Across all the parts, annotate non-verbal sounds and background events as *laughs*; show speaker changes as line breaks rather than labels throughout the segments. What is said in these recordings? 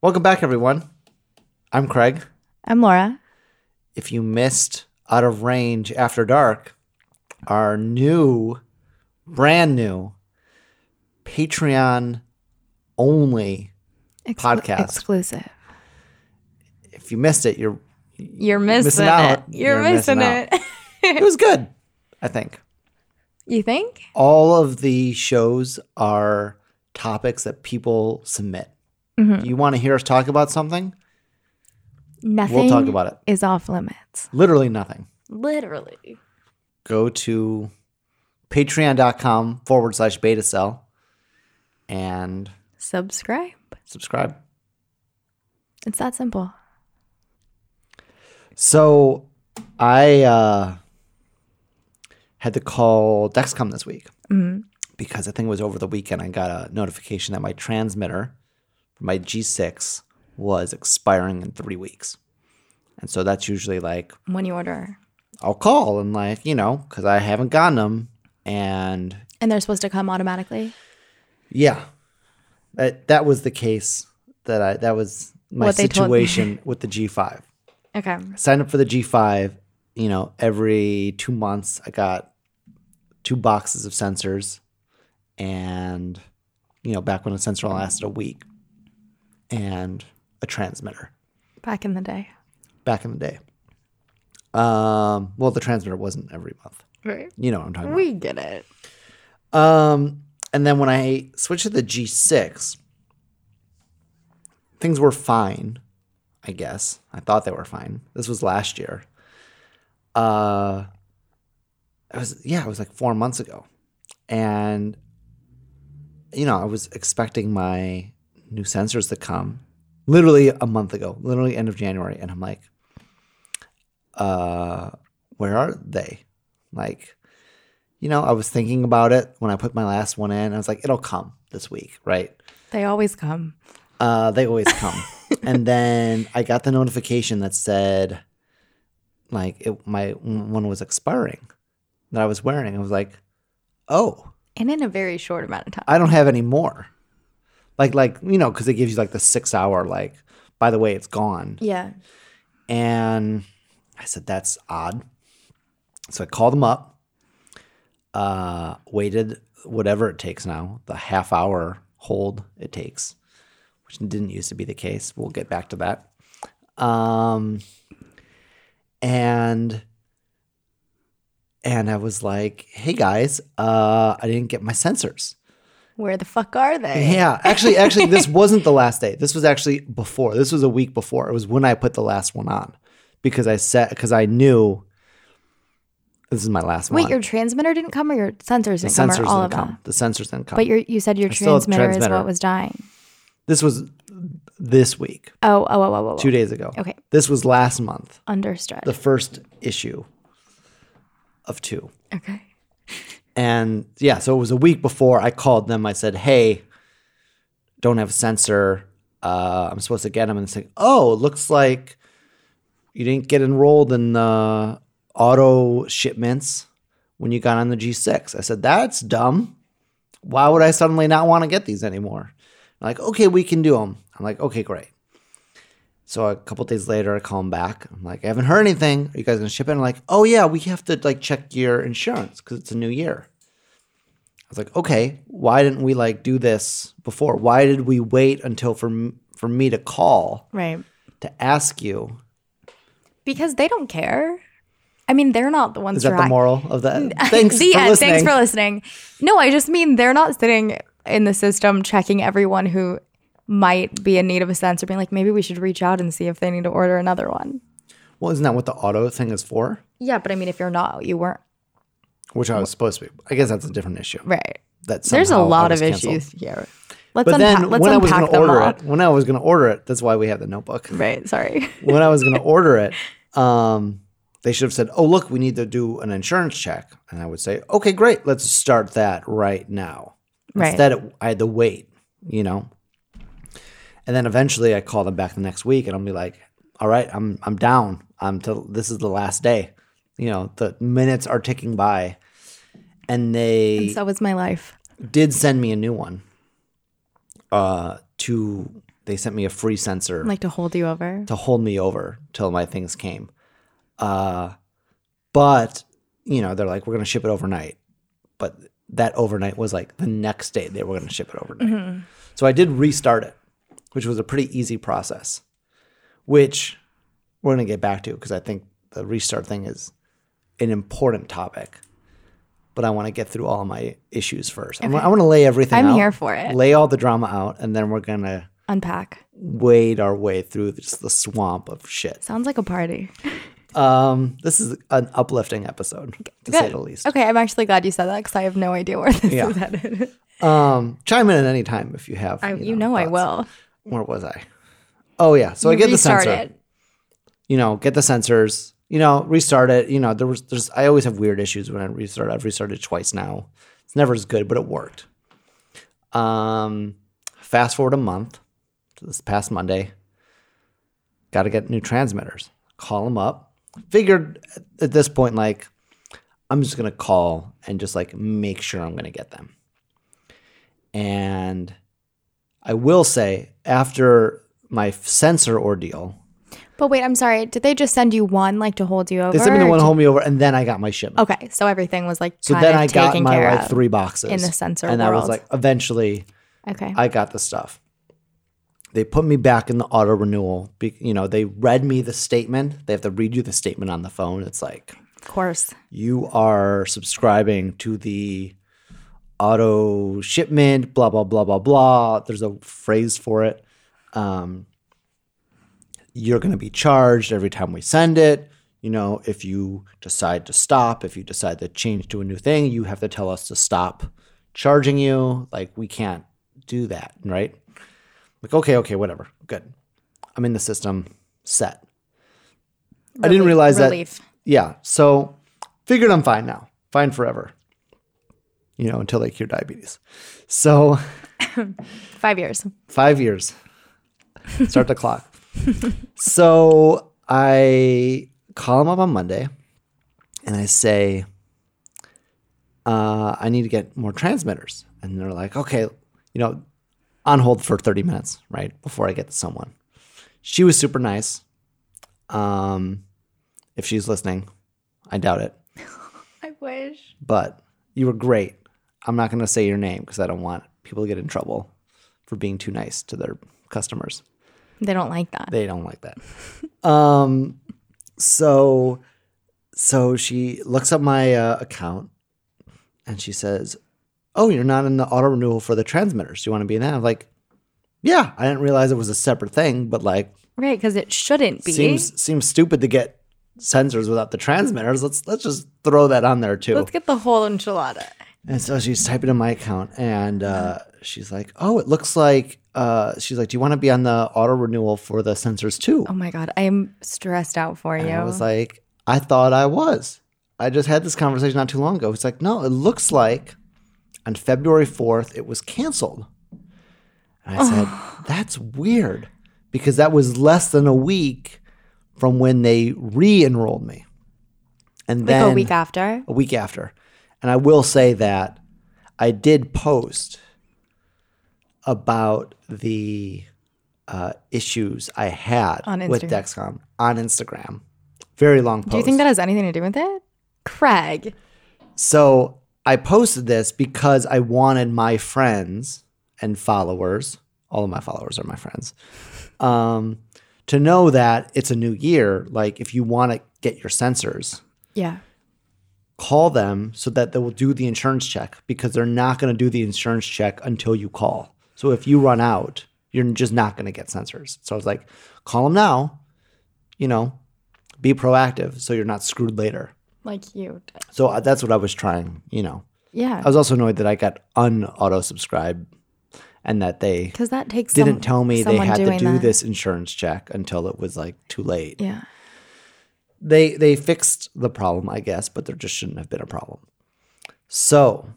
Welcome back, everyone. I'm Craig.
I'm Laura.
If you missed Out of Range After Dark, our new, brand new Patreon only,
Ex-
Podcast.
exclusive.
if you missed it, you're
You're missing,
missing
it.
out. You're
You're, missing,
missing
it. *laughs*
it was good, I think.
you think?
All of the shows are topics that people submit.
Mhm.
Do you want to hear us talk about something?
Nothing.
We'll talk about it.
Is off limits.
Literally nothing.
Literally.
go to patreon.com forward slash beta cell and
Subscribe.
subscribe.
It's that simple.
So I uh, had to call Dexcom this week
Mhm.
because I think it was over the weekend. I got a notification that my transmitter for my G6 was expiring in three weeks. And so that's usually like
When you order,
I'll call and like, you know, because I haven't gotten them. And
and they're supposed to come automatically.
Yeah, that that was the case. That I that was my
What they told-
situation *laughs* with the G5.
Okay.
Signed up for the G5. You know, every two months I got two boxes of sensors, and you know, back when a sensor lasted a week, and a transmitter
Back in the day.
back in the day. Um, well, the transmitter wasn't every month.
Right.
You know what I'm talking about.
We get it.
Um, and then when I switched to the G6, things were fine, I guess. I thought they were fine. This was last year. Uh, I was yeah, it was like four months ago, and you know I was expecting my new sensors to come literally a month ago, literally end of January, and I'm like, uh, where are they? Like, you know, I was thinking about it when I put my last one in. I was like, it'll come this week, right?
They always come.
Uh, they always come. and then I got the notification that said, like, it, my one was expiring that I was wearing. I was like, oh,
And in a very short amount of time.
I don't have any more. Like, like you know, because it gives you like the six hour, like, by the way, it's gone.
Yeah.
And I said, that's odd. So I called them up, uh, waited whatever it takes now, the half hour hold it takes, which didn't used to be the case. We'll get back to that. Um, and and I was like, hey guys, uh, I didn't get my sensors.
Where the fuck are they?
Yeah, actually, actually, this wasn't the last day. This was actually before. This was a week before. It was when I put the last one on because I set because I knew this is my last
Wait,
one.
your transmitter didn't come, or your sensors
the
didn't come,
sensors
or all of
didn't come.
them.
The sensors didn't come.
But your, you said your
I still have
transmitter, is
transmitter.
what was dying.
this was this week,
Oh, oh, oh, oh, oh.
two
oh.
days ago.
Okay.
This was last month,
Understood.
the first issue of two.
okay.
And yeah, so it was a week before I called them. I said, "Hey, don't have a sensor. Uh, I'm supposed to get them." And it's like, "Oh, it looks like you didn't get enrolled in the auto shipments when you got on the G6." I said, "That's dumb. Why would I suddenly not want to get these anymore?" They're like, "Okay, we can do them." I'm like, "Okay, great." So a couple days later, I call them back. I'm like, I haven't heard anything. Are you guys gonna ship it? And like, oh yeah, we have to like check your insurance because it's a new year. I was like, okay, why didn't we like do this before? Why did we wait until for m- for me to call
Right.
to ask you?
Because they don't care. I mean, they're not the ones.
Is that
who
the
act-
moral of
*laughs*
that? Thanks
The
for
end.
listening.
Thanks for listening. No, I just mean they're not sitting in the system checking everyone who might be in need of a sensor, being like, maybe we should reach out and see if they need to order another one.
well, isn't that what the auto thing is for?
Yeah, but I mean, if you're not, you weren't.
Which I was supposed to be. I guess that's a different issue.
Right.
That
There's a
somehow I
lot
was
of
canceled.
issues here. Let's
But
unpack.
then
let's
when I was
unpack
going to
them
order
all.
it, when I was going to order it, that's why we have the notebook.
Right. Sorry.
when I was
*laughs*
going to order it, um, they should have said, "Oh, look, we need to do an insurance check," and I would say, "Okay, great, let's start that right now."
Right.
Instead, it, I had to wait, you know. And then eventually, I call them back the next week, and I'll be like, "All right, I'm I'm down. I'm to this is the last day. You know, the minutes are ticking by." And they
And so was my life.
did send me a new one uh to they sent me a free sensor
Like to hold you over.
to hold me over till my things came. Uh, but you know, they're like, we're gonna ship it overnight. But that overnight was like the next day they were gonna ship it overnight.
Mm-hmm.
So I did restart it, which was a pretty easy process, which we're gonna get back to because I think the restart thing is an important topic. But I want to get through all my issues first. I want to lay everything
I'm
out.
here for it.
Lay all the drama out, and then we're going to
Unpack.
wade our way through just the swamp of shit.
Sounds like a party.
Um, this is an uplifting episode, to say
Good.
the least.
Okay, I'm actually glad you said that because I have no idea where *laughs* this
Yeah.
is headed. *laughs*
Um, chime in at any time if you have.
I, you know I
thoughts.
will.
Where was I? Oh yeah, so I
You
get the
restart
sensor.
it.
You know, get the sensors. You know, restart it. You know, there was there's I always have weird issues when I restart. I've restarted twice now. It's never as good, but it worked. Um, fast forward a month to this past Monday. Got to get new transmitters. Call them up. Figured at this point, like, I'm just gonna call and just like make sure I'm gonna get them. And I will say, after my sensor ordeal,
But wait, I'm sorry. Did they just send you one like to hold you over?
they sent me the
or
one
did-
home me over, and then I got my shipment.
Okay, so everything was like
so
kind
then
of
I got
Oh, taken
my
care
like
of.
three boxes
in the sensor
and I was
world.
like, eventually,
okay.
I got the stuff. They put me back in the auto renewal. Be, you know, they read me the statement. They have to read you the statement on the phone. It's like
of course.
you are subscribing to the auto shipment, blah, blah, blah, blah, blah. There's a phrase for it. Um, you're going to be charged every time we send it. You know, if you decide to stop, if you decide to change to a new thing, you have to tell us to stop charging you. Like, we can't do that, right? Like, okay, okay, whatever. Good. I'm in the system set. I didn't realize that
that.
yeah. So figured I'm fine now. Fine forever. You know, until they cure diabetes. So
Five years.
five years. Start the clock. So I call him up on Monday and I say, uh, I need to get more transmitters. And they're like, okay, you know, on hold for 30 minutes, right? Before I get to someone. She was super nice. Um, if she's listening, I doubt it
I wish.
but you were great. I'm not going to say your name because I don't want people to get in trouble for being too nice to their customers.
They don't like that.
They don't like that. um, so, so she looks up my uh, account and she says, "Oh, you're not in the auto renewal for the transmitters. Do you want to be in that?" I'm like, "Yeah, I didn't realize it was a separate thing, but like,
right, because it shouldn't be.
seems seems stupid to get sensors without the transmitters. Let's let's just throw that on there too."
Let's get the whole enchilada.
And so she's typing in my account and uh, she's like, oh, it looks like, uh, she's like, do you want to be on the auto renewal for the sensors too?
Oh my god, I am stressed out for you.
and I was like, I thought I was. I just had this conversation not too long ago. It's like, no, it looks like on February 4th, it was canceled. And I
*sighs*
said, that's weird because that was less than a week from when they re enrolled me. And
like
then
a week after.
a week after. And I will say that I did post about the uh, issues I had
On
with
Instagram.
Dexcom on Instagram. Very long post.
Do you think that has anything to do with it? Craig.
so I posted this because I wanted my friends and followers, all of my followers are my friends, um, to know that it's a new year. Like if you want to get your sensors,
Yeah.
call them so that they will do the insurance check because they're not going to do the insurance check until you call. So if you run out, you're just not going to get sensors. So I was like, call them now, you know, be proactive so you're not screwed later.
Like you. did.
So I- that's what I was trying, you know.
Yeah.
I was also annoyed that I got unauto subscribed and that they
Because that takes some-
didn't tell me they
someone
had to
doing
do
that.
this insurance check until it was like too late
Yeah.
they they fixed the problem, I guess, but there just shouldn't have been a problem. So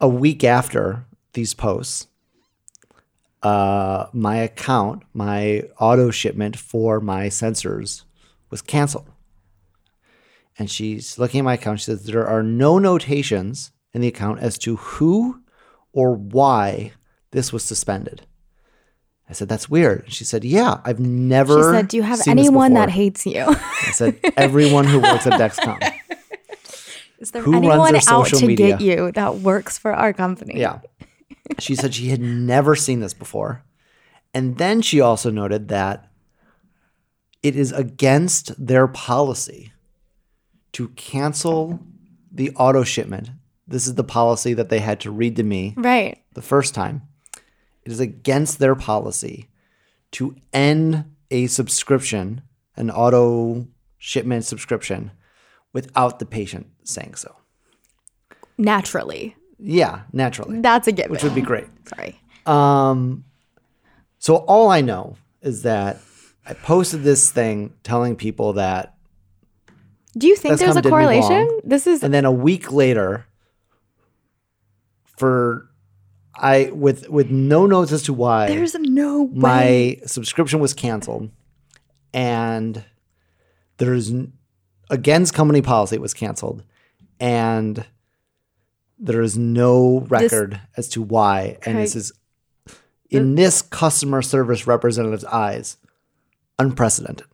a week after these posts, uh, my account, my auto shipment for my sensors was canceled. And she's looking at my account. She says there are no notations in the account as to who or why this was suspended. I said, that's weird. And she said, yeah, I've never.
She said, Do you have
seen this
anyone that
before."
hates you? *laughs*
I said, everyone who works at Dexcom.
Is there
Who runs
anyone
their
out
social
to
media?
get you that works for our company?
Yeah. She said she had never seen this before. And then she also noted that it is against their policy to cancel the auto shipment. This is the policy that they had to read to me
Right.
the first time. It is against their policy to end a subscription, an auto shipment subscription, without the patient saying so.
Naturally.
Yeah, naturally,
That's a given.
which would be great.
Sorry.
Um, so all I know is that I posted this thing telling people that,
Do you think
That's
there's
come
a
did me wrong.
correlation? This is
and then a week later, for I with with no notes as to why
there's no way.
my subscription was canceled, and there's n- against company policy it was canceled, and there is no record as to why. And this
Craig-
is in this customer service representative's eyes, unprecedented.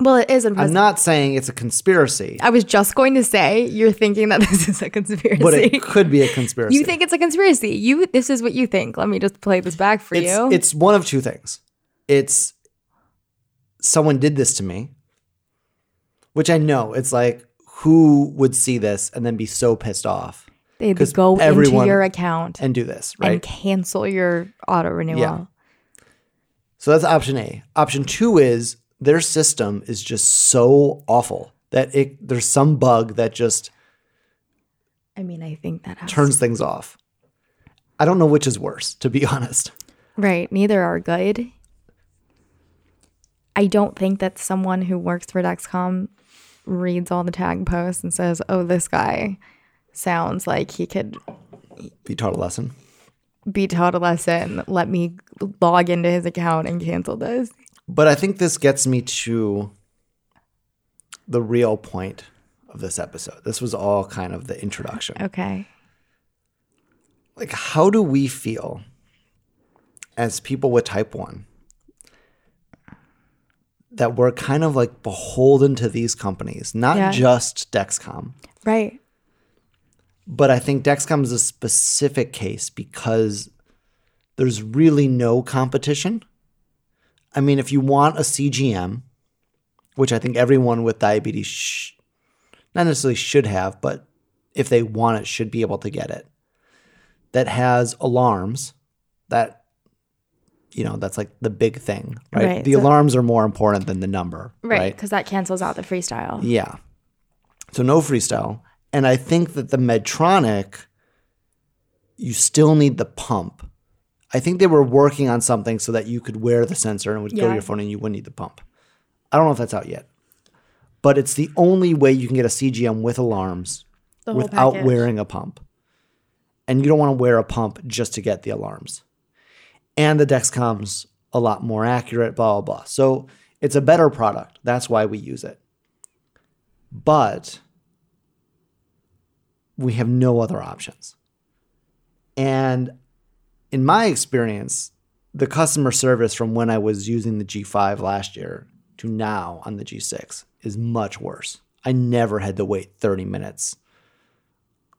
well, it is
I'm
impressive.
not saying it's a conspiracy,
I was just going to say you're thinking that *laughs* this is a conspiracy.
but it could be a conspiracy.
you think it's a conspiracy. You this is what you think. Let me just play this back for
it's,
you.
It's one of two things. It's someone did this to me, which I know. It's like who would see this and then be so pissed off
They'd
'cause
go into
everyone-
your account
and do this, right?
and cancel your auto renewal.
Yeah. so that's option A. Option two is their system is just so awful that it there's some bug that just
I mean, I think that has
turns things off. I don't know which is worse, to be *laughs* honest.
Right. Neither are good. I don't think that someone who works for Dexcom reads all the tag posts and says, oh, this guy sounds like he could
Be taught a lesson.
be taught a lesson. Let me log into his account and cancel this.
But I think this gets me to the real point of this episode. This was all kind of the introduction.
Okay.
Like, how do we feel as people with type 1 that we're kind of like beholden to these companies, not
Yeah.
just Dexcom?
Right.
But I think Dexcom is a specific case because there's really no competition. I mean, if you want a CGM, which I think everyone with diabetes sh- not necessarily should have, but if they want it, should be able to get it, that has alarms that, you know, that's like the big thing, right?
Right,
The
so-
alarms are more important than the number,
Right. Because that cancels out the freestyle.
yeah. So no freestyle. And I think that the Medtronic, you still need the pump. I think they were working on something so that you could wear the sensor and it would go
Yeah.
to your phone and you wouldn't need the pump. I don't know if that's out yet. But it's the only way you can get a CGM with alarms
The whole
without
package.
wearing a pump. And you don't want to wear a pump just to get the alarms. And the Dexcom's a lot more accurate, blah, blah, blah. So it's a better product. That's why we use it. But we have no other options. And in my experience, the customer service from when I was using the G5 last year to now on the G6 is much worse. I never had to wait 30 minutes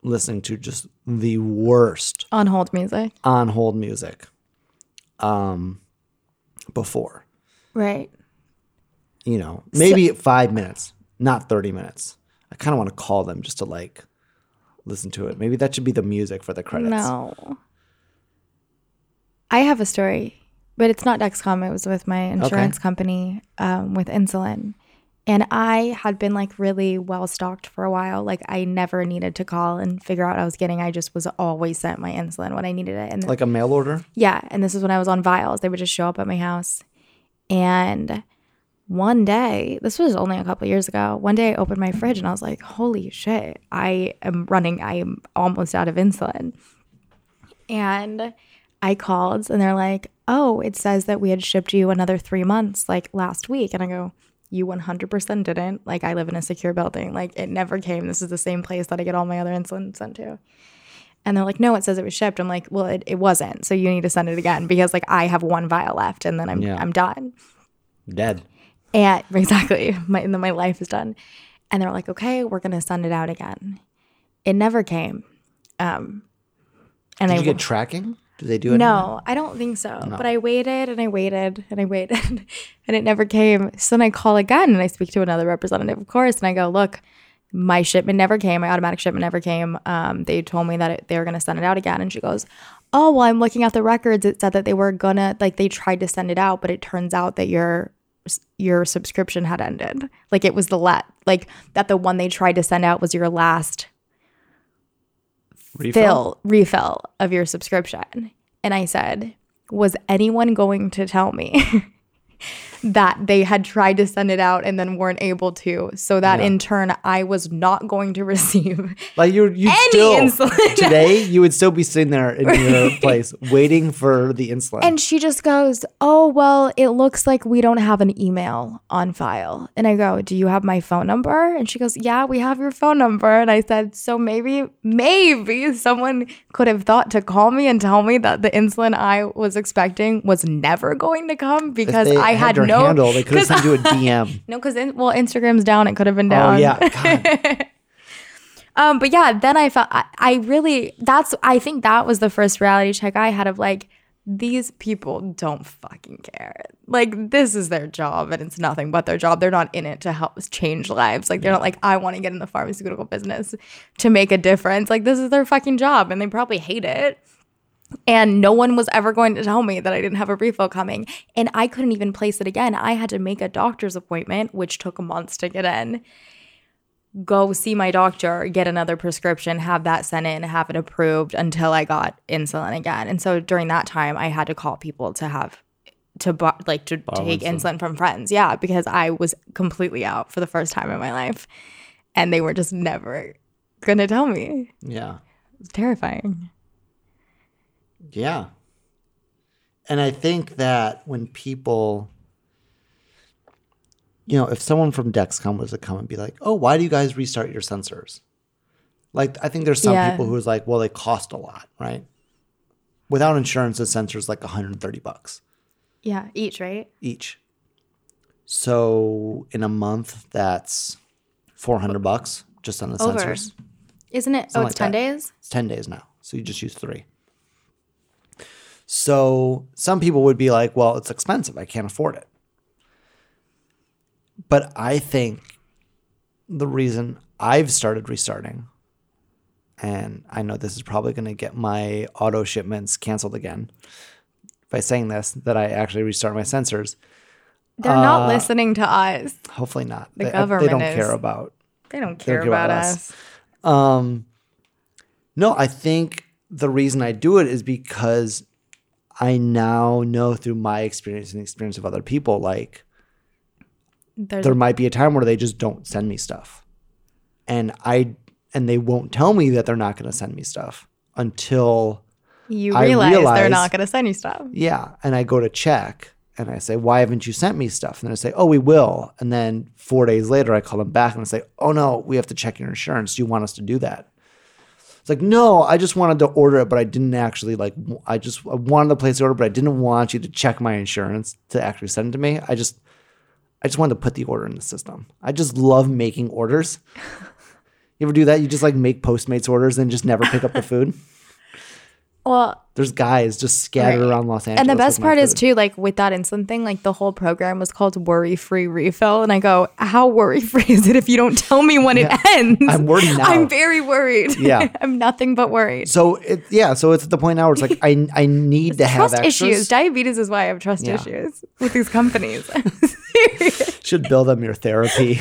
listening to just the worst
On hold music.
on hold music um, before.
Right.
You know, maybe five minutes, not 30 minutes. I kind of want to call them just to like listen to it. Maybe that should be the music for the credits.
No. I have a story, but it's not Dexcom. It was with my insurance company um, with insulin. And I had been like really well stocked for a while. Like I never needed to call and figure out what I was getting. I just was always sent my insulin when I needed it. And
Like a mail order?
yeah, and this is when I was on vials. They would just show up at my house. And one day, this was only a couple years ago, one day I opened my fridge and I was like, holy shit, I am running, I am almost out of insulin. And I called and they're like, oh, it says that we had shipped you another three months like last week. And I go, you 100% didn't. Like, I live in a secure building. Like, it never came. This is the same place that I get all my other insulin sent to. And they're like, no, it says it was shipped. I'm like, well, it, it wasn't. So you need to send it again because like I have one vial left and then I'm
Yeah.
I'm done.
Dead.
And *laughs* exactly. My, and then my life is done. And they're like, okay, we're gonna send it out again. It never came. Um and
Did you
I wa-
get tracking? Do they do it?
no, I don't think so. But I waited and I waited and I waited *laughs* and it never came. So then I call again and I speak to another representative, of course, and I go, look, my shipment never came. My automatic shipment never came. Um, they told me that it, they were going to send it out again. And she goes, oh, well, I'm looking at the records. It said that they were going to, like, they tried to send it out, but it turns out that your your subscription had ended. Like it was the let, like that the one they tried to send out was your last
Refill?
fill refill of your subscription. And I said, was anyone going to tell me *laughs* that they had tried to send it out and then weren't able to? So that
Yeah.
in turn, I was not going to *laughs* receive
Like you, you
any
still
insulin. *laughs*
today, you would still be sitting there in your place waiting for the insulin.
And she just goes, Oh, well, it looks like we don't have an email on file. And I go, Do you have my phone number? And she goes, Yeah, we have your phone number. And I said, So maybe, maybe someone could have thought to call me and tell me that the insulin I was expecting was never going to come
If
because
they
I had,
your
no.
handle, they could
*laughs*
have sent you a DM.
No, because in, well, Instagram's down. It could have been down.
Oh yeah,
*laughs*
God.
Um, but yeah, then I felt I, I really that's I think that was the first reality check I had of like these people don't fucking care. Like this is their job and it's nothing but their job. They're not in it to help us change lives. Like they're not like I want to get in the pharmaceutical business to make a difference. Like this is their fucking job and they probably hate it. And no one was ever going to tell me that I didn't have a refill coming. And I couldn't even place it again. I had to make a doctor's appointment, which took months to get in go see my doctor, get another prescription, have that sent in, have it approved until I got insulin again. And so during that time, I had to call people to have to bo- like to take insulin. from friends. Yeah, because I was completely out for the first time in my life, and they were just never gonna tell me.
yeah,
It's terrifying.
yeah. And I think that when people, you know, if someone from Dexcom was to come and be like, "Oh, why do you guys restart your sensors?" Like, I think there's some
Yeah.
people who's like, "Well, they cost a lot, right?" Without insurance, the sensor's like 130 bucks.
Yeah, each right.
each. So in a month, that's four hundred bucks just on the
Over.
sensors.
Isn't it?
Something
oh, it's
like
ten
that.
days.
It's ten days now, so you just use three. So some people would be like, "Well, it's expensive. I can't afford it." But I think the reason I've started restarting, and I know this is probably going to get my auto shipments canceled again by saying this, that I actually restart my sensors.
They're
Uh,
not listening to us.
Hopefully not. The they,
government
they don't
is.
care about.
They don't care
care
about,
about
us.
us. Um, no, I think the reason I do it is because I now know through my experience and the experience of other people, like
There's
there might be a time where they just don't send me stuff, and I and they won't tell me that they're not going to send me stuff until
you
I
realize, they're
realize-
not going to send you stuff.
yeah, and I go to check. And I say, why haven't you sent me stuff? And they say, oh, we will. And then four days later, I call them back and I say, oh, no, we have to check your insurance. Do you want us to do that? It's like, no, I just wanted to order it, but I didn't actually like. w- I just I wanted to place the order, but I didn't want you to check my insurance to actually send it to me. I just, I just wanted to put the order in the system. I just love making orders. *laughs* you ever do that? You just like make Postmates orders and just never pick up the
*laughs*
food.
Well,
There's guys just scattered
Right.
around Los Angeles.
And the
with
best
my
part is
food.
too, like with that insulin thing, like the whole program was called worry free refill. And I go, how worry free is it if you don't tell me when it ends?
I'm worried now.
*laughs* I'm very worried.
Yeah.
*laughs* I'm nothing but worried.
So it, yeah, so it's at the point now where it's like I I
*laughs*
need to have
Trust
extras.
issues. Diabetes is why I have trust
Yeah.
issues with these companies. *laughs*
Should bill them your therapy.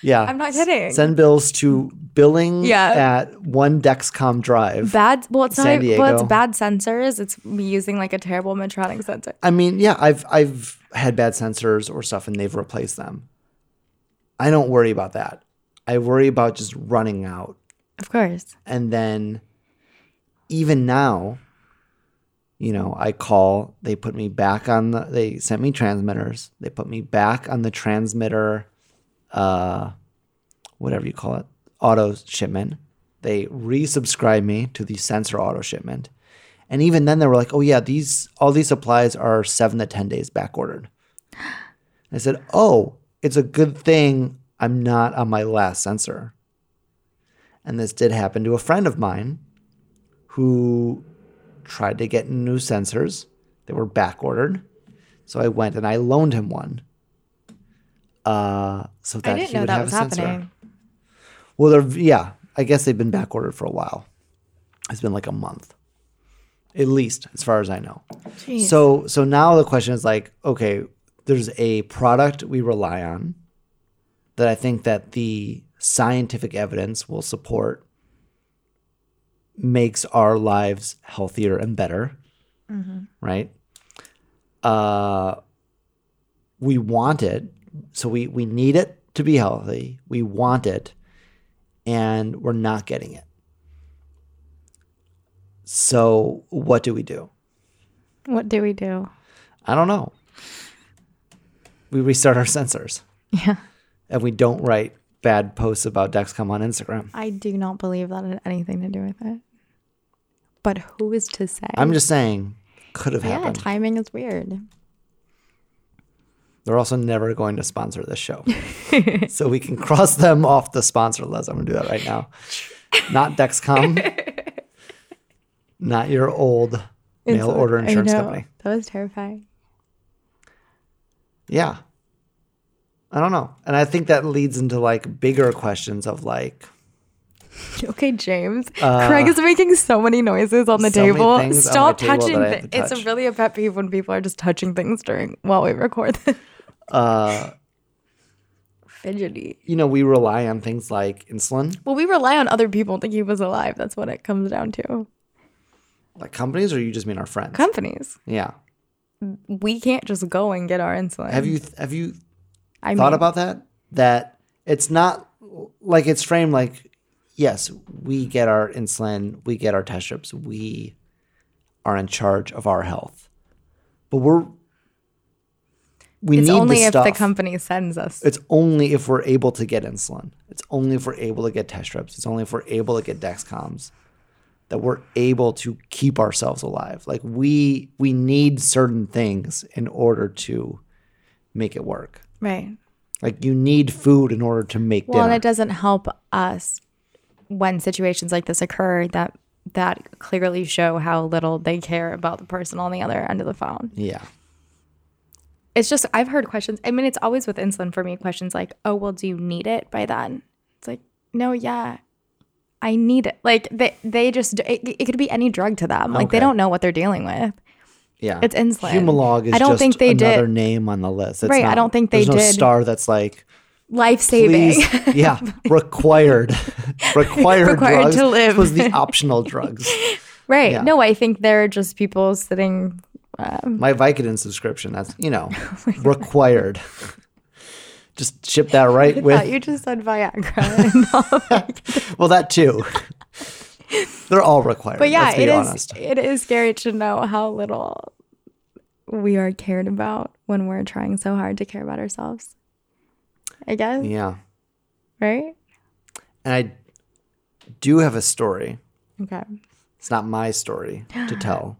yeah, I'm
not kidding.
Send bills to billing
Yeah.
at one Dexcom Drive.
bad. Well, it's
San
not. Well, it's
Diego.
bad sensors. It's me using like a terrible Medtronic sensor.
I mean, yeah, I've I've had bad sensors or stuff, and they've replaced them. I don't worry about that. I worry about just running out
Of course.
And then even now, you know, I call, they put me back on the, they sent me transmitters. They put me back on the transmitter, uh, whatever you call it, auto shipment. They resubscribed me to the sensor auto shipment. And even then they were like, oh yeah, these all these supplies are seven to ten days back ordered. I said, Oh, it's a good thing I'm not on my last sensor. And this did happen to a friend of mine who tried to get new sensors. They were back ordered. So I went and I loaned him one. Uh, so that
I didn't
he
know
would
that
have
was
a sensor.
happening.
Well, they're yeah. I guess they've been back ordered for a while. It's been like a month, at least, as far as I know.
Jeez.
So so now the question is like, okay, there's a product we rely on that I think that the scientific evidence will support makes our lives healthier and better, right? Uh, we want it, so we we need it to be healthy. We want it, and we're not getting it. So what do we do?
what do we do?
I don't know. We restart our sensors
Yeah.
and we don't write bad posts about Dexcom on Instagram.
I do not believe that had anything to do with it. But who is to say?
I'm just saying, could have
yeah,
happened.
timing is weird.
They're also never going to sponsor this
*laughs*
show. so we can cross them off the sponsor list. I'm going to do that right now. Not Dexcom, not your old mail
It's-
order
I
insurance
know.
company.
That was terrifying. *laughs*
Yeah. I don't know. And I think that leads into like bigger questions of like,
Okay, James. Craig is making so many noises on the
Uh, so many
table.
things on my
Stop
table that
touching.
I have
thi-
to touch.
It's really a pet peeve when people are just touching things during while we record. This.
uh,
Fidgety.
you know, we rely on things like insulin.
Well, we rely on other people to keep us alive. That's what it comes down to.
Like companies, or you just mean our friends?
Companies.
yeah.
We can't just go and get our insulin.
Have you have you
I
thought
mean,
about that? That it's not like it's framed like, yes, we get our insulin, we get our test strips, we are in charge of our health, but we're we
It's
need
only
the
if
stuff.
the company sends us.
it's only if we're able to get insulin. It's only if we're able to get test strips. It's only if we're able to get Dexcoms that we're able to keep ourselves alive. Like we we need certain things in order to make it work.
right.
Like you need food in order to make
Well, and
dinner.
it doesn't help us when situations like this occur that that clearly show how little they care about the person on the other end of the phone.
yeah.
It's just I've heard questions. I mean, it's always with insulin for me. Questions like, "Oh, well, do you need it by then?" It's like, "No, yeah, I need it." Like they they just it, it could be any drug to them. Like
Okay.
they don't know what they're dealing with.
Yeah.
It's insulin.
Humalog is
I don't
just
think they did-
another name on the list. It's
Right, I
not-
don't think they
there's no
did-
star that's like
Life saving. *laughs*
please yeah, required. *laughs* required
Required
drugs
to live.
was the optional
*laughs*
drugs.
right.
Yeah.
No, I think they're just people sitting
my Vicodin subscription. That's you
*laughs*
know
Oh
required. Just ship that right
thought
with
you just said
*laughs*
Viagra.
well that
*laughs*
too. They're all required.
but yeah,
let's be
it is
honest.
it is scary to know how little we are cared about when we're trying so hard to care about ourselves. I guess,
Yeah,
right?
and I do have a story.
Okay.
It's not my story
*gasps*
to tell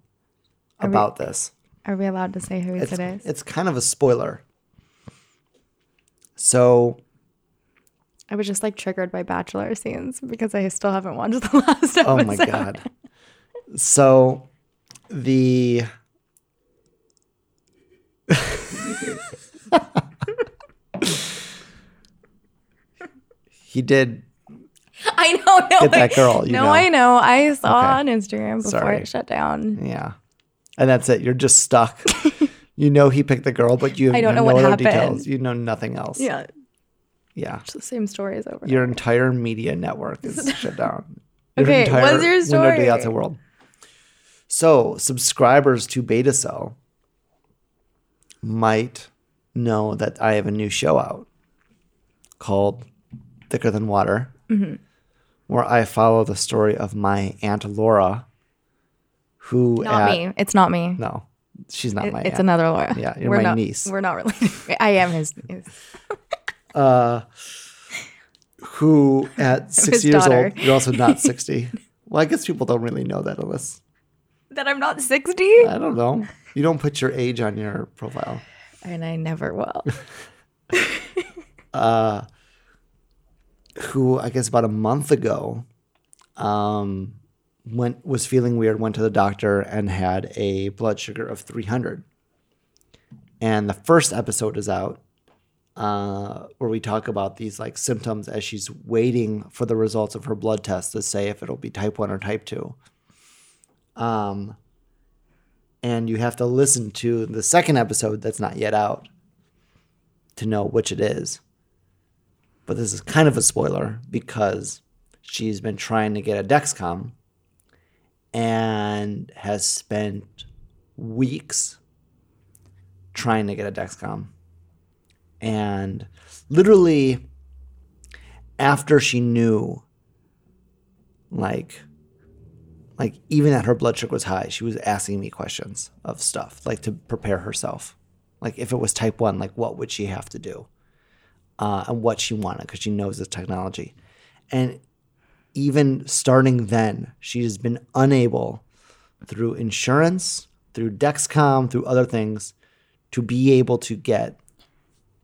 about this.
Are we allowed to say who
It's
it is?
it's kind of a spoiler. So
I was just like triggered by bachelor scenes because I still haven't watched the *laughs* last episode.
Oh my god. So the He did
*laughs* I know, no,
Get that
I-
girl, you
no,
know.
I know. I saw
Okay.
on Instagram before
Sorry.
it shut down.
yeah. And that's it. You're just
*laughs*
stuck. you know he picked the girl, but you have
I don't
no
know what
other
happened.
details. You know nothing else.
Yeah,
Yeah.
it's the same story is over.
Your entire media network is
*laughs*
shut down.
Okay, what's your
Window to
story?
the outside world. So subscribers to Beta Cell might know that I have a new show out called Thicker Than Water,
Mm-hmm.
where I follow the story of my aunt Laura, who at-
not me. It's not me.
No, she's not
It-
my
it's
aunt.
another Laura.
Yeah, you're
we're
my
not,
*laughs* niece.
We're not related. I am his niece.
uh, who
*laughs*
at 60 years
daughter.
old, you're also not
*laughs*
60. well, I guess people don't really know that unless,
*laughs* That I'm not 60?
I don't know. You don't put your age on your profile.
And I
*laughs*
never will.
uh, who I guess about a month ago um, went was feeling weird, went to the doctor and had a blood sugar of 300. And the first episode is out uh, where we talk about these like symptoms as she's waiting for the results of her blood test to say if it'll be type one or type two. Um, and you have to listen to the second episode that's not yet out to know which it is. But this is kind of a spoiler because she's been trying to get a Dexcom and has spent weeks trying to get a Dexcom. And literally, after she knew, like, like even that her blood sugar was high, she was asking me questions of stuff, like to prepare herself. Like if it was type one, like what would she have to do? Uh, and what she wanted, because she knows this technology. And even starting then, she has been unable through insurance, through Dexcom, through other things, to be able to get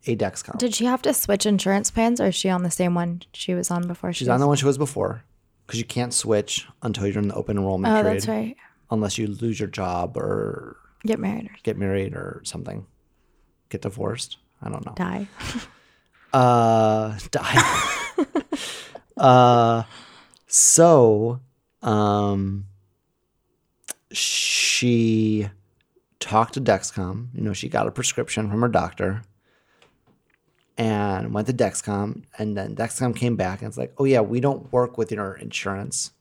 a Dexcom.
Did she have to switch insurance plans or is she on the same one she was on before she
She's on the one she was before, because you can't switch until you're in the open enrollment
Oh,
period.
that's right.
Unless you lose your job or
Get married or
get married or something, get divorced. I don't know.
die.
Uh, *laughs* die. uh, so, um, she talked to Dexcom. You know, she got a prescription from her doctor and went to Dexcom. And then Dexcom came back and it's like, oh, yeah, we don't work with your insurance.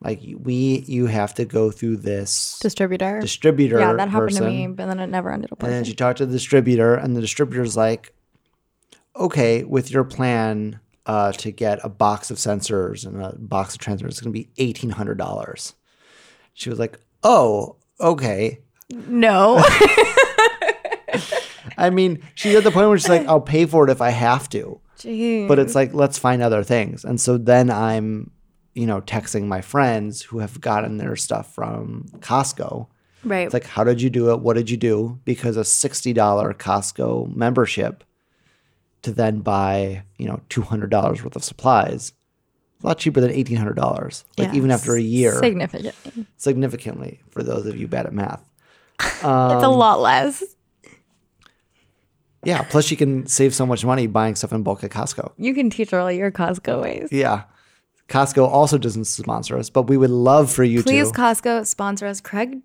Like, we, you have to go through this
*laughs* Distributor.
distributor.
yeah, that happened
person.
to me, but then it never ended up
And then
working.
she talked to the distributor, and the distributor's like, okay, with your plan uh, to get a box of sensors and a box of transmitters, it's going to be $1,800. She was like, oh, okay. *laughs*
no.
I mean, she's at the point where she's like, I'll pay for it if I have to.
Jeez.
But it's like, let's find other things. And so then I'm, you know, texting my friends who have gotten their stuff from Costco.
right.
It's like, how did you do it? What did you do? Because a $60 Costco membership to then buy, you know, $200 worth of supplies, a lot cheaper than $1,800. Like,
Yeah.
even after a year,
Significantly.
significantly for those of you bad at math.
it's a
Um,
lot less.
Yeah. Plus, you can save so much money buying stuff in bulk at Costco.
You can teach her all your Costco ways.
Yeah. Costco also doesn't sponsor us, but we would love for you
Please,
to.
Costco, sponsor us. Craig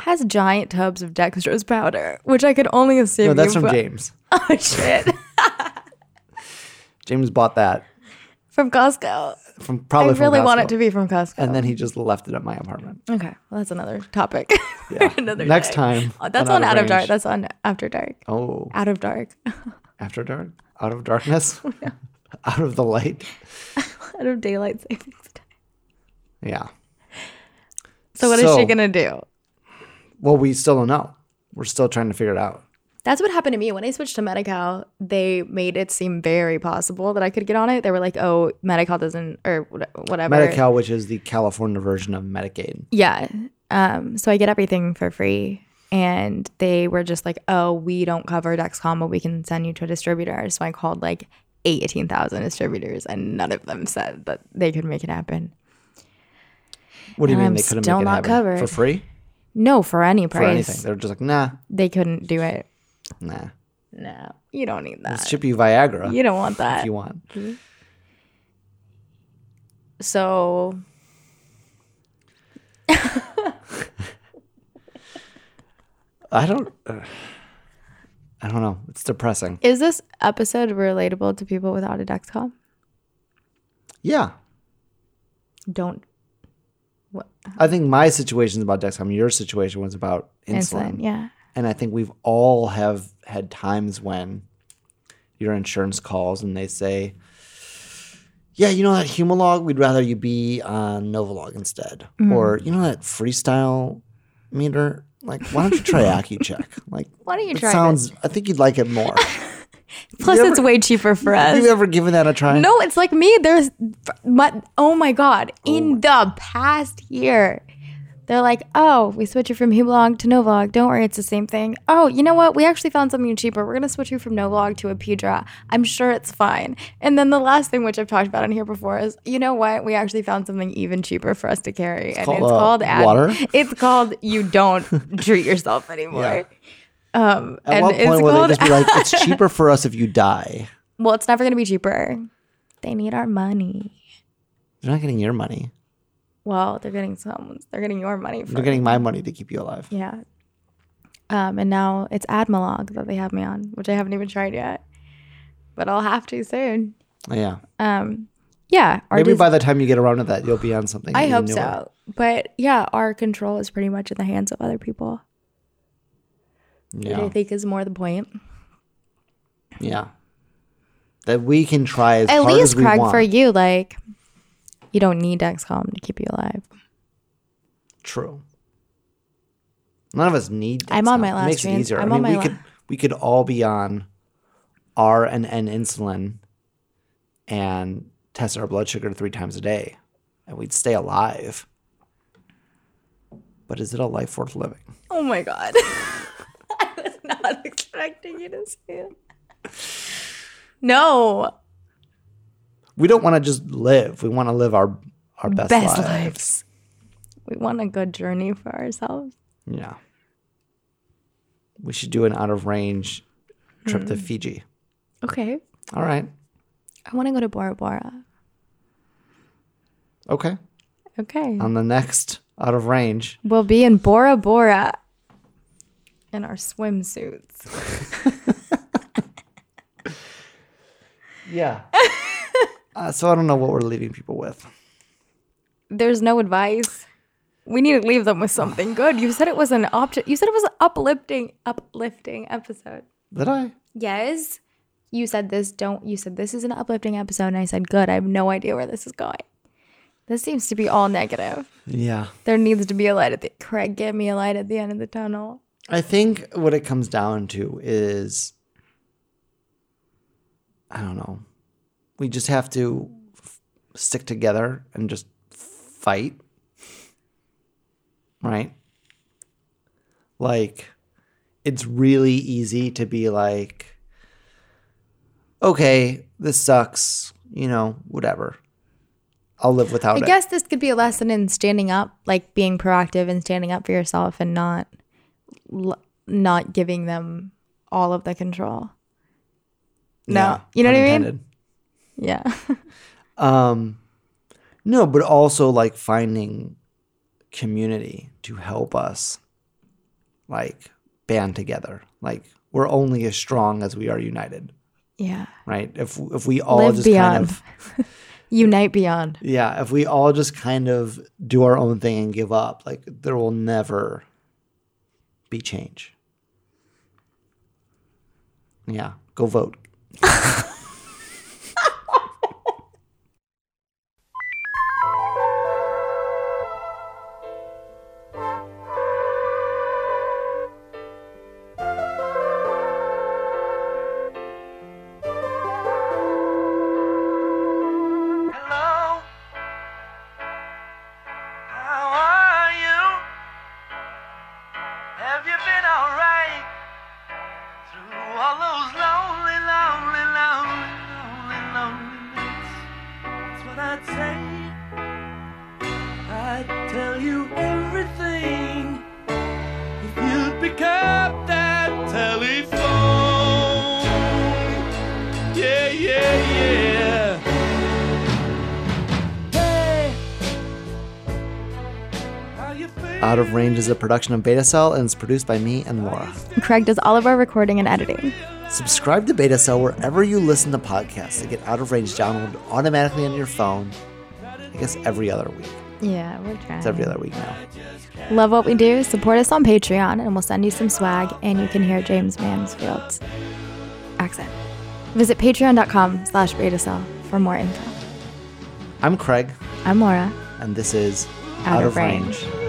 has giant tubs of dextrose powder, which I could only assume.
No, that's
you
from
bu-
James.
*laughs* Oh, shit. *laughs*
James bought that
from Costco.
from
I
probably from
really want
Costco.
it to be from Costco.
And
*laughs*
then he just left it at my apartment.
okay, well, that's another topic. *laughs*
Yeah.
Another
Next
day.
time.
Oh, that's on Out of
Range.
Dark. That's on After Dark.
Oh,
Out of Dark. *laughs*
after dark, out of darkness, *laughs* out of the light.
Out of Daylight Savings Time.
Yeah.
*laughs* So, what is she
So-
going to do?
Well, we still don't know. We're still trying to figure it out.
That's what happened to me when I switched to Medi-Cal. They made it seem very possible that I could get on it. They were like, "Oh, Medi-Cal doesn't or wh- whatever."
Medi-Cal, which is the California version of Medicaid.
Yeah. Um, so I get everything for free. And they were just like, oh, we don't cover Dexcom, but we can send you to a distributor. So I called like 18,000 distributors, and none of them said that they could make it happen.
What do you
And
mean
I'm
they couldn't
still
make it
not
happen
covered.
for free
No, for any
for anything?
price.
They're just like, nah,
They couldn't do it.
nah.
No, you don't need
Let's
that.
ship you Viagra
You don't want
uh, if
that.
you want.
So
I don't. uh, I don't know. It's depressing.
is this episode relatable to people without a Dexcom?
Yeah,
Don't.
I think my situation's about Dexcom. Your situation was about insulin.
Insulin. Yeah.
and I think we've all have had times when your insurance calls and they say, "Yeah, you know that Humalog, we'd rather you be on Novolog instead,"
Mm-hmm.
or you know that Freestyle
*laughs*
meter, like why don't you try AccuCheck? Like
Why don't you
it
try *laughs*
Sounds, I think you'd like it more.
Plus,
You
it's way cheaper for
Have
us.
you ever given that a try?
No, it's like me. There's, my, oh my God, in the past year, they're like, oh, we switch you from Hublog to Novlog. Don't worry, it's the same thing. Oh, you know what? We actually found something cheaper. We're going to switch you from Novlog to a Pedra. I'm sure it's fine. And then the last thing, which I've talked about on here before, is you know what? We actually found something even cheaper for us to carry. and
called,
it's
uh,
called ad-
water?
It's called
*laughs*
you don't treat yourself anymore. Um,
At
and
what
it's
point will
called
they just be like,
*laughs*
it's cheaper for us if you die?
well, it's never going to be cheaper. They need our money.
They're not getting your money.
Well, they're getting someone's. They're getting your money. For,
They're getting my money to keep you alive.
yeah. Um, and now it's Admalog that they have me on, which I haven't even tried yet, but I'll have to soon.
Yeah.
Um, yeah. Our
Maybe
dis-
by the time you get around to that, you'll be on something.
I
even
hope
newer.
so. But yeah, our control is pretty much in the hands of other people, which I
Yeah.
think is more the point.
Yeah. That we can try as
At
hard
least,
as we
Craig,
want.
for you, like, you don't need Dexcom to keep you alive.
True. None of us need.
I'm on
Dexcom.
my
It
last
Makes it
trans-
easier.
I'm
I
on
mean, we
my
could
la-
we could all be on R and N insulin and test our blood sugar three times a day, and we'd stay alive. But is it a life worth living?
Oh my god. *laughs* I was not *laughs* expecting you to say that. No.
We don't want to just live. We want to live our our best,
Best
lives.
lives. We want a good journey for ourselves.
Yeah. We should do an out of range trip
Mm.
to Fiji.
Okay.
All right.
I want to go to Bora Bora.
Okay.
Okay.
On the next out of range,
we'll be in Bora Bora in our swimsuits.
Yeah. *laughs* uh, so I don't know what we're leaving people with.
There's no advice. We need to leave them with something good. You said it was an opt. You said it was an uplifting, uplifting episode.
Did I?
Yes. You said this don't you said this is an uplifting episode and I said good. I have no idea where this is going. This seems to be all negative.
Yeah.
There needs to be a light at the Craig, give me a light at the end of the tunnel.
I think what it comes down to is I don't know. We just have to f- stick together and just fight. Right? Like it's really easy to be like okay, this sucks, you know, whatever. I'll live without
I
it.
guess this could be a lesson in standing up, like being proactive and standing up for yourself and not l- not giving them all of the control. No. You know
pun
what I mean?
intended.
Yeah. *laughs*
Um, no, but also like finding community to help us like band together. Like we're only as strong as we are united,
yeah.
right? If if we all
Live
just
beyond.
kind of
Unite beyond.
yeah, if we all just kind of do our own thing and give up, like there will never be change. Yeah, go vote.
Hello? How are you? Have you been alright? Through all those lonely, lonely, lonely, lonely, lonely nights. That's what I'd say. I'd tell you everything if you'd pick up that telephone. Yeah, yeah, yeah. Hey, how you feeling?
Out of Range is a production of Beta Cell and it's produced by me and Laura.
Craig does all of our recording and editing.
Subscribe to Beta Cell wherever you listen to podcasts to get out of range downloaded automatically on your phone. I guess every other week.
Yeah, we're trying.
It's every other week now.
Love what we do? Support us on Patreon and we'll send you some swag and you can hear James Mansfield's accent. Visit patreon.com slash betacell for more info.
I'm Craig,
I'm Laura.
and this is
Out of Range.
range.